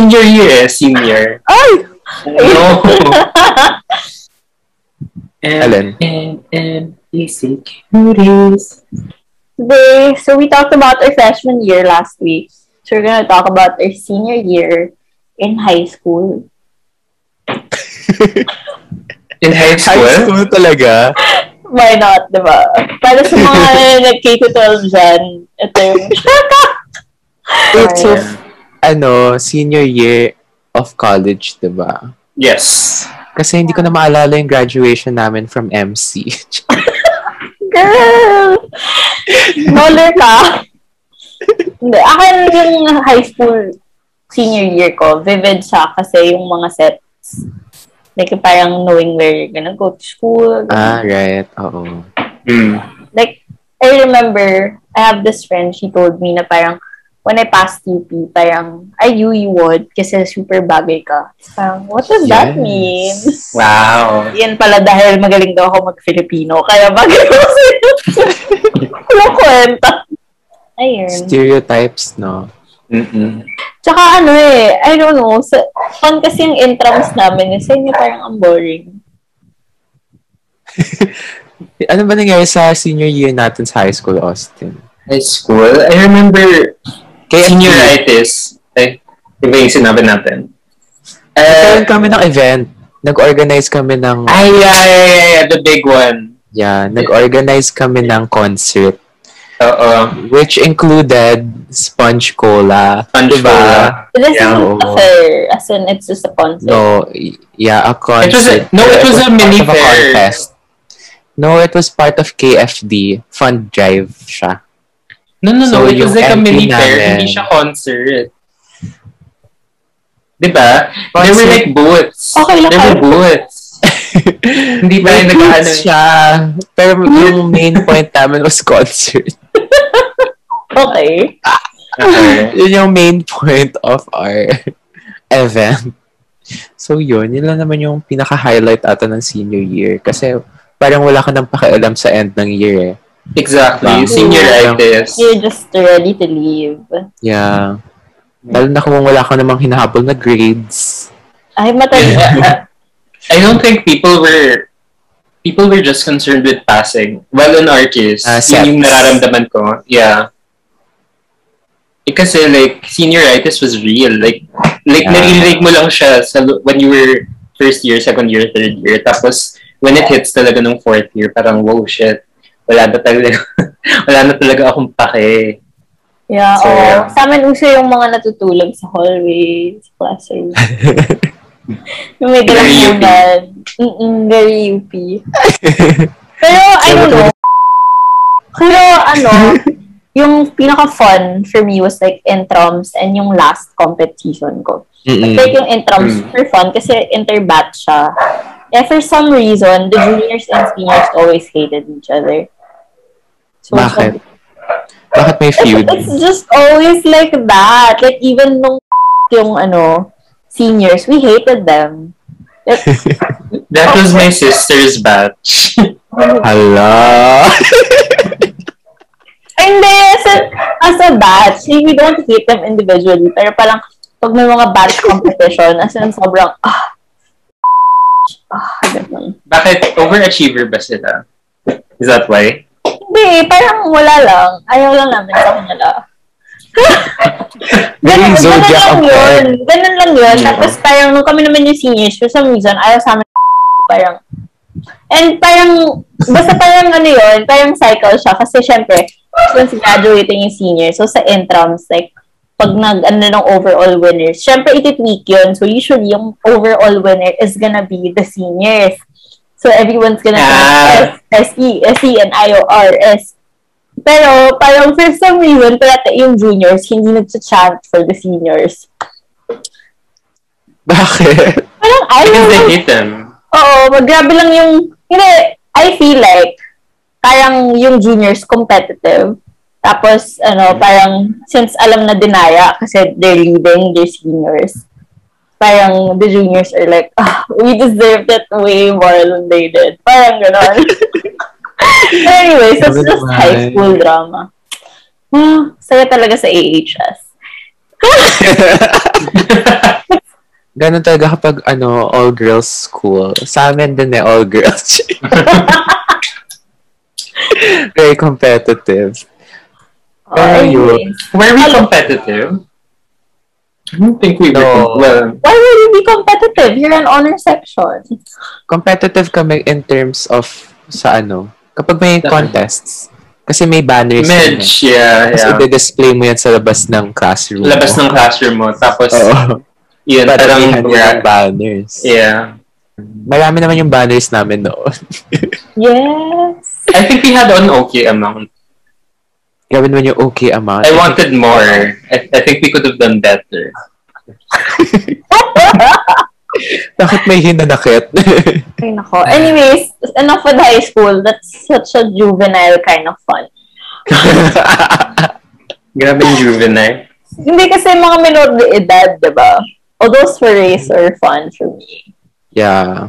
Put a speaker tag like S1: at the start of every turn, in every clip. S1: Senior year eh, senior.
S2: Ay!
S1: No.
S3: Alin?
S1: And, and, insecurities.
S2: Today, so we talked about our freshman year last week. So we're gonna talk about our senior year in high school.
S1: In high school?
S3: High school talaga.
S2: Why not, di ba? Para sa mga nag-K-12 dyan, ito yung...
S3: Wait, so,
S1: Ayan.
S3: ano, senior year of college, di ba?
S1: Yes.
S3: Kasi hindi ko na maalala yung graduation namin from MC.
S2: Girl! Baller ka! Hindi, akin yung high school senior year ko, vivid siya kasi yung mga sets. Like, parang knowing where you're gonna go to school.
S3: ah, right. Oo.
S1: Mm.
S2: Like, I remember, I have this friend, she told me na parang, when I passed UP, parang, I knew you would kasi super bagay ka. Parang, what does that
S3: Yes.
S2: mean?
S1: Wow.
S2: Yan pala dahil magaling daw ako mag-Filipino, kaya bagay ko sa'yo. Walang kwenta. Ayun.
S3: Stereotypes, no?
S1: Mm-mm.
S2: Tsaka ano eh, I don't know, sa, fun kasi yung intrams namin, eh. sa inyo parang ang boring.
S3: Ano ba nangyari sa senior year natin sa high school, Austin?
S1: High school? I remember senioritis. Ay, iba yung sinabi natin.
S3: Nagkaroon
S1: Eh,
S3: kami ng event. Nag-organize kami ng,
S1: ay, ay, ay, ay, the big one.
S3: yeah, nag-organize kami ng concert.
S1: Oo.
S3: Which included Sponge Cola.
S1: Punch
S3: Diba?
S1: bowl.
S2: It isn't
S1: Yeah,
S3: oo.
S2: a fair, as in it's just a concert.
S3: No, y- yeah, a concert.
S1: It was a- no, it was a
S3: part
S1: mini
S3: of
S1: fair.
S3: contest. No, it was part of KFD. Fund drive siya.
S1: No, no, no.
S3: So,
S1: it was
S3: yung
S1: like a
S3: MP
S1: mini fair.
S3: namin.
S1: Hindi siya concert. Diba? There were
S3: Concert.
S1: like booths.
S2: Okay lang
S1: There were
S2: kayo.
S1: booths. Hindi eh. pa
S3: May
S1: rin
S3: boots
S1: nag-ano.
S3: siya. Pero yung main point namin was concert.
S2: Okay.
S1: Okay.
S3: Yun yung main point of our event. So yun, yun lang naman yung pinaka-highlight ata ng senior year. Kasi parang wala ka nang pakialam sa end ng year eh. Wow.
S1: Exactly. Senioritis.
S2: You're just ready to leave.
S3: Yeah. Lalo na kung wala ka namang hinahabol na grades.
S2: Ay, matanda.
S1: I don't think people were people were just concerned with passing. Well, in our case,
S3: Ah,
S1: yun yung
S3: sets.
S1: nararamdaman ko. Yeah. Eh, kasi like senioritis was real. Like like
S3: Yeah.
S1: naririnig mo lang siya sa lo- when you were first year, second year, third year. Tapos when it hits talaga nung fourth year, parang wow shit. Wala na talaga wala na talaga akong pake.
S2: yeah,
S1: So,
S2: oo.
S1: yeah.
S2: Sa amin, uso yung mga natutulog sa hallway, sa classroom. Yung may
S1: Very UP.
S2: talamunan. Mm-mm, very UP. Pero, I don't know. Pero, ano, yung pinaka-fun for me was like intrams and yung last competition ko.
S3: Mm-mm.
S2: Like yung intrams,
S1: Mm.
S2: super fun kasi inter-batch siya. And for some reason, the juniors and seniors always hated each other. So,
S3: Bakit? Bakit may feud?
S2: It's, it's just always like that. Like, even nung yung ano, seniors, we hated them. Like,
S1: That was my sister's batch.
S3: Hala!
S2: Hindi, as a, as a batch, like, we don't hate them individually, pero parang, pag may mga batch competition, as in, sobrang, ah, ah, ganun.
S1: Bakit overachiever ba sila? Is that why?
S2: Hindi, parang wala lang. Ayaw lang namin sa kanila.
S3: Very
S2: ganun, ganun
S3: zodiac
S2: lang
S3: ang
S2: yun. Ganun lang yun.
S3: Yeah.
S2: Tapos parang nung kami naman yung seniors, for some reason, ayaw sa amin parang And parang, basta parang ano yun, parang cycle siya. Kasi syempre, since graduating yung senior, so sa intrams, like, pag nag, ano ng overall winners, syempre ititweak yun. So usually, yung overall winner is gonna be the seniors. So everyone's gonna
S1: Ah.
S2: S, SE, SE, and IORS. Pero, parang for some reason, parata yung juniors, hindi nag-chant for the seniors.
S3: Bakit?
S2: Parang ayaw
S1: Because
S2: lang
S1: they hate them.
S2: Oo, mag- grabe lang yung, hindi, I feel like, parang yung juniors competitive. Tapos,
S3: Mm.
S2: ano, parang, since alam na dinaya, kasi they're leading, they're seniors. Parang, the juniors are like, ah, we deserved it way more than they did. Parang gano'n. Anyways, that's
S3: Grabe
S2: just
S3: naman.
S2: high school drama. Ah, saya talaga sa AHS.
S3: Ganun talaga kapag, ano, all-girls school. Sa amin din eh, all-girls. Very competitive.
S2: Oh,
S3: Pero yun.
S2: anyways.
S1: Were we
S2: Hello.
S1: competitive? I don't think we were.
S3: No.
S1: Well,
S2: Why would you be competitive? You're an honor section.
S3: competitive kami in terms of sa ano, kapag may
S1: Saan?
S3: contests. Kasi may banners.
S1: medge,
S3: Medge.
S1: yeah,
S3: Kasi
S1: yeah.
S3: display mo yan sa labas ng classroom.
S1: Labas
S3: mo.
S1: ng classroom mo. Tapos,
S3: Oo.
S1: yun,
S3: Para
S1: parang,
S3: may hanggang
S1: yeah.
S3: banners.
S1: yeah.
S3: Marami naman yung banners namin noon.
S2: Yes.
S1: I think we had an okay amount.
S3: Grabe naman yung okay amount.
S1: I wanted more. I, I think we could have done better.
S3: Bakit may hinanakit?
S2: Ay, nako. Anyways, enough with high school. That's such a juvenile kind of fun.
S1: Grabe yung juvenile.
S2: Hindi kasi mga minor de edad, di ba? All those forays are fun for me.
S3: yeah.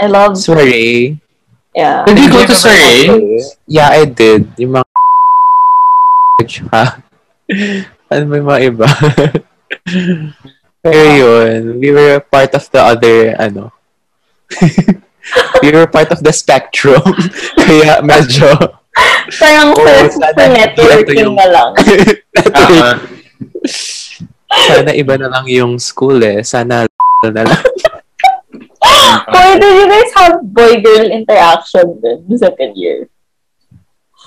S2: I love,
S3: Sorry.
S2: yeah.
S1: Did you go to Surrey?
S3: Yeah, I did. Yung mga Tsaka- ano may mga iba? Pero yun, we were part of the other, ano, we were part of the spectrum. Kaya medyo,
S2: Parang
S3: Oo,
S2: first
S3: oh, sana
S2: for
S3: ito
S2: networking
S3: yung-
S2: na lang.
S1: Uh-huh.
S3: sana iba na lang yung school eh. Sana na lang.
S2: Why do Ah! you guys have boy-girl interaction in the second year?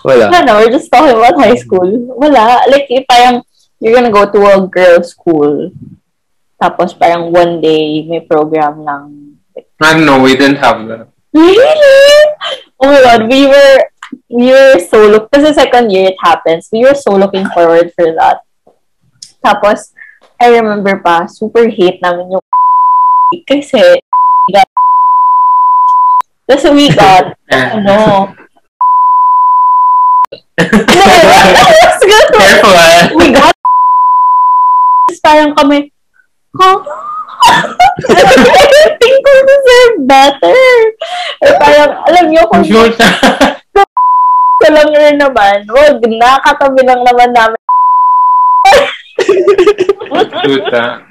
S3: Wala.
S2: Ano, we're just talking about high school. Wala. Like, eh, parang, you're gonna go to a girl school. Tapos, parang one day, may program ng...
S1: I don't know, Ah, we didn't have that.
S2: Really? Oh my God, we were... We were so look... Kasi second year it happens. We were so looking forward for that. Tapos, I remember pa, super hate namin yung kasi got Tapos we got, ano, no, that's good one.
S1: Careful, ah.
S2: We got Tapos parang kami, huh? I don't think we deserve better. Or parang, alam niyo kung
S1: Yun.
S2: ko lang rin naman, wag na, katabi lang naman namin.
S1: Puta.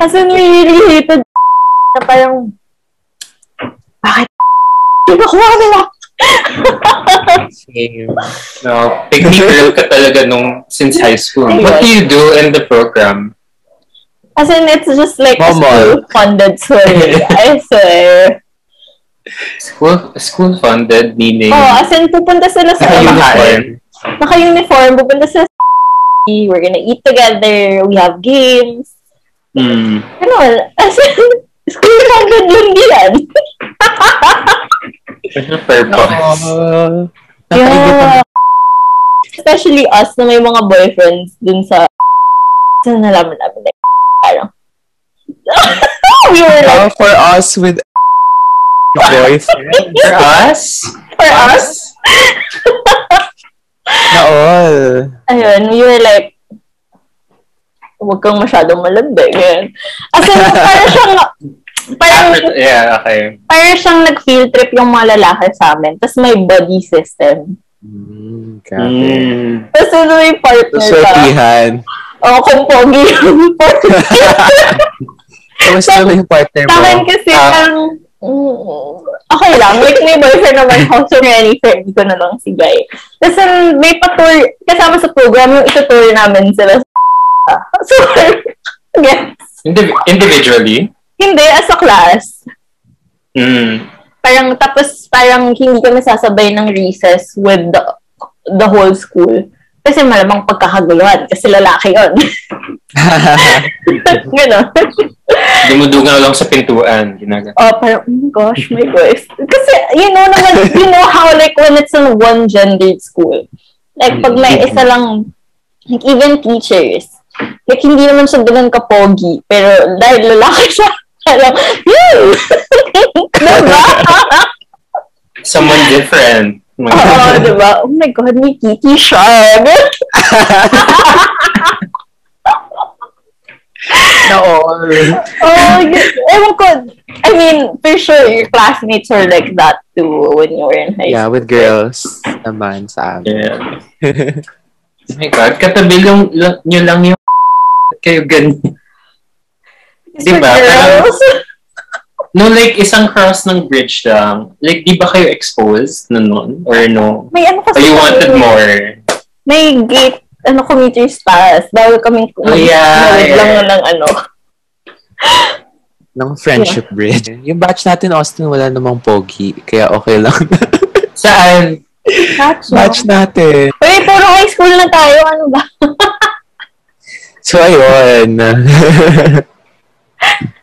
S2: As in, we really hated na parang, bakit pinakuha nila?
S3: Same.
S1: No, picky girl ka talaga nung since high school. What do you do in the program?
S2: As in, it's just like a
S3: Momol.
S2: school-funded survey. I swear.
S1: School school funded meaning.
S2: Oh, as in, pupunta sila sa
S1: Naka-uniform.
S2: naka-uniform, pupunta sila sa we're gonna eat together, we have games.
S1: Mm.
S2: Ganun. As in, school funded yun yan.
S1: Purpose.
S3: Oh,
S2: yeah.
S3: yeah.
S2: Especially us na may mga boyfriends dun sa sa nalaman namin na parang we were like,
S3: for us with boyfriend.
S1: For us?
S2: for us,
S3: Na all.
S2: ayun, we were like, huwag kang masyadong malambing. ganyan. As in, parang siyang, parang,
S1: After- yeah, okay.
S2: parang siyang nag-field trip yung mga lalaki sa amin. Tapos may body system.
S3: Mm,
S1: Mm.
S2: Tapos yun may partner ka.
S3: Swertihan.
S2: O, kung pogi yung partner.
S3: Kamusta naman yung partner
S2: Sa akin
S3: mo?
S2: kasi,
S1: Ah.
S2: parang, mm, okay lang. Like, may boyfriend naman ako. So, many friend ko na lang si Guy. Tapos, um, may patour, kasama sa program, yung itutour namin sila sa So, yes.
S1: Indiv- individually.
S2: Hindi, as a class.
S1: Mm.
S2: Parang, tapos, parang hindi kami sasabay ng recess with the, the whole school. Kasi malamang pagkakaguluhan. Kasi lalaki yun. Ganon.
S1: Dumudugan lang sa pintuan. Ginaga.
S2: Oh, parang, oh my gosh, my gosh. Kasi, you know naman, you know how, like, when it's in one-gendered school, like, pag may isa lang, like, even teachers, like, hindi naman siya ganun kapogi, pero dahil lalaki siya, parang, yun! diba?
S1: Someone different.
S3: oh,
S2: Oo, diba? Oh my God, may kitty siya.
S3: Na all.
S2: oh, y- ewan ko, I mean, for sure, your classmates are like that too when you were in high
S3: Yeah, with girls naman sa amin.
S1: Yeah. Oh my God, katabi lang, lang, nyo lang yung kayo ganyan.
S2: For
S1: Diba?
S2: girls.
S1: No, like, isang cross ng bridge lang. Like, di ba kayo exposed na nun? Or no?
S2: May ano
S1: Or
S2: kasi.
S1: Oh, you wanted
S2: kami,
S1: more?
S2: May gate, ano, commuters pass. Bawal kaming
S1: Oh, yeah.
S2: nanood lang na ng ano.
S3: ng friendship bridge. Yung batch natin, Austin, wala namang pogi. Kaya okay lang.
S1: Saan?
S2: Gotcha.
S3: batch natin.
S2: Uy, puro high school na tayo. Ano ba?
S3: So, ayun.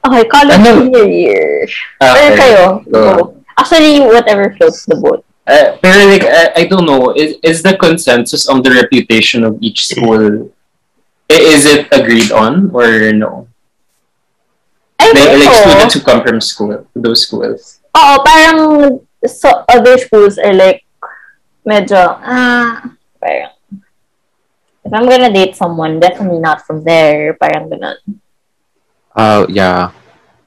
S2: Okay, college
S1: Ano?
S2: senior year.
S1: Ah,
S2: Pero
S1: okay.
S2: kayo,
S1: Go.
S2: go. Actually, whatever floats the boat.
S1: Uh, pero like, I, I don't know, is, is the consensus on the reputation of each school, i- is it agreed on or no?
S2: Ay, like,
S1: Like, like students
S2: oo.
S1: who come from school, those schools.
S2: Oo, parang so, other schools are like, medyo, ah, parang, if I'm gonna date someone, definitely not from there. Parang ganun.
S3: Oh, yeah.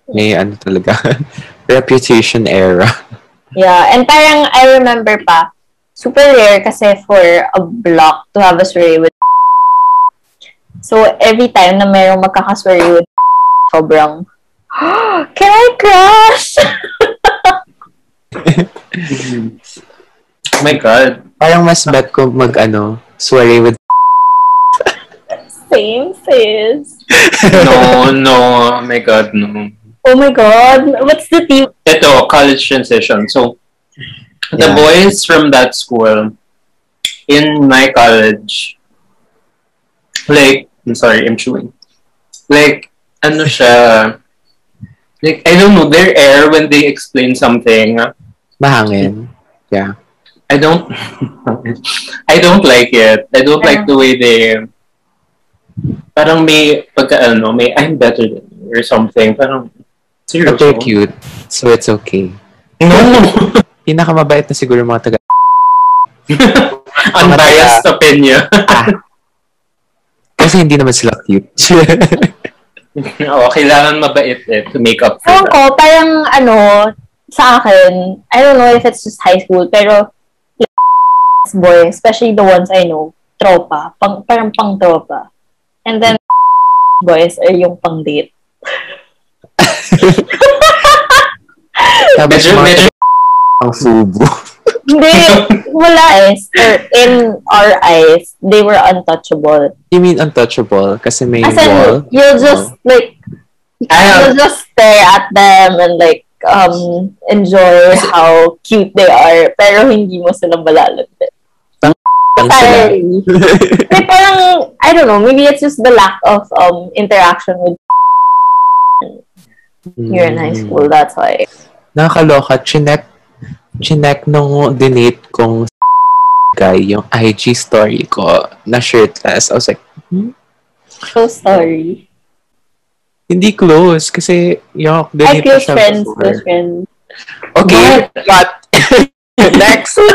S3: May ano talaga. Reputation era.
S2: Yeah, and parang I remember pa, super rare kasi for a block to have a soiree with So, every time na merong magkakasoiree with sobrang, can I crush?
S1: Oh my God.
S3: Parang mas bet ko mag, ano, soiree with...
S2: Same sis.
S1: No, no. Oh my God, no.
S2: Oh my God, what's the team?
S1: Ito, college transition. So,
S3: Yeah.
S1: the boys from that school in my college, like, I'm sorry, I'm chewing. Like, ano siya, like, I don't know, their air when they explain something,
S3: Mahangin.
S1: I don't, I don't like it. I don't like the way they, parang may, pagka ano, may, I'm better than you or something. Parang,
S3: But
S1: seryoso.
S3: they're cute. So, it's okay.
S1: No!
S3: Pinakamabait na siguro mga taga...
S1: Unbiased opinion.
S3: Kasi hindi naman sila cute.
S1: Oo, kailangan mabait eh to make up for
S2: Ewan
S1: that.
S2: ko, parang ano, sa akin, I don't know if it's just high school, pero like, boy, especially the ones I know, tropa, pang, parang pang tropa. And then, boys are yung pang date.
S3: Tapos
S1: Medyo,
S3: mga
S1: medyo,
S3: ang fubu.
S2: Hindi, wala eh. Or in our eyes, they were untouchable.
S3: You mean untouchable? Kasi may
S2: As
S3: wall.
S2: in, you'll just like,
S1: ah,
S2: you'll just stare at them and like, um, enjoy how cute they are, pero hindi mo sila malalantin.
S3: Ano sila?
S2: Sorry. Kasi parang, I don't know, maybe it's just the lack of um interaction with here in
S3: Mm.
S2: high school, that's why.
S3: Nakakaloka. Chinek, chinek nung dinate kong guy yung IG story ko na shirtless. I was like,
S2: So sorry.
S3: hindi close kasi yung
S2: I
S3: dinate ko
S2: close
S3: siya
S2: friends,
S3: before.
S2: close friends.
S3: Okay,
S1: What?
S3: cut. Next.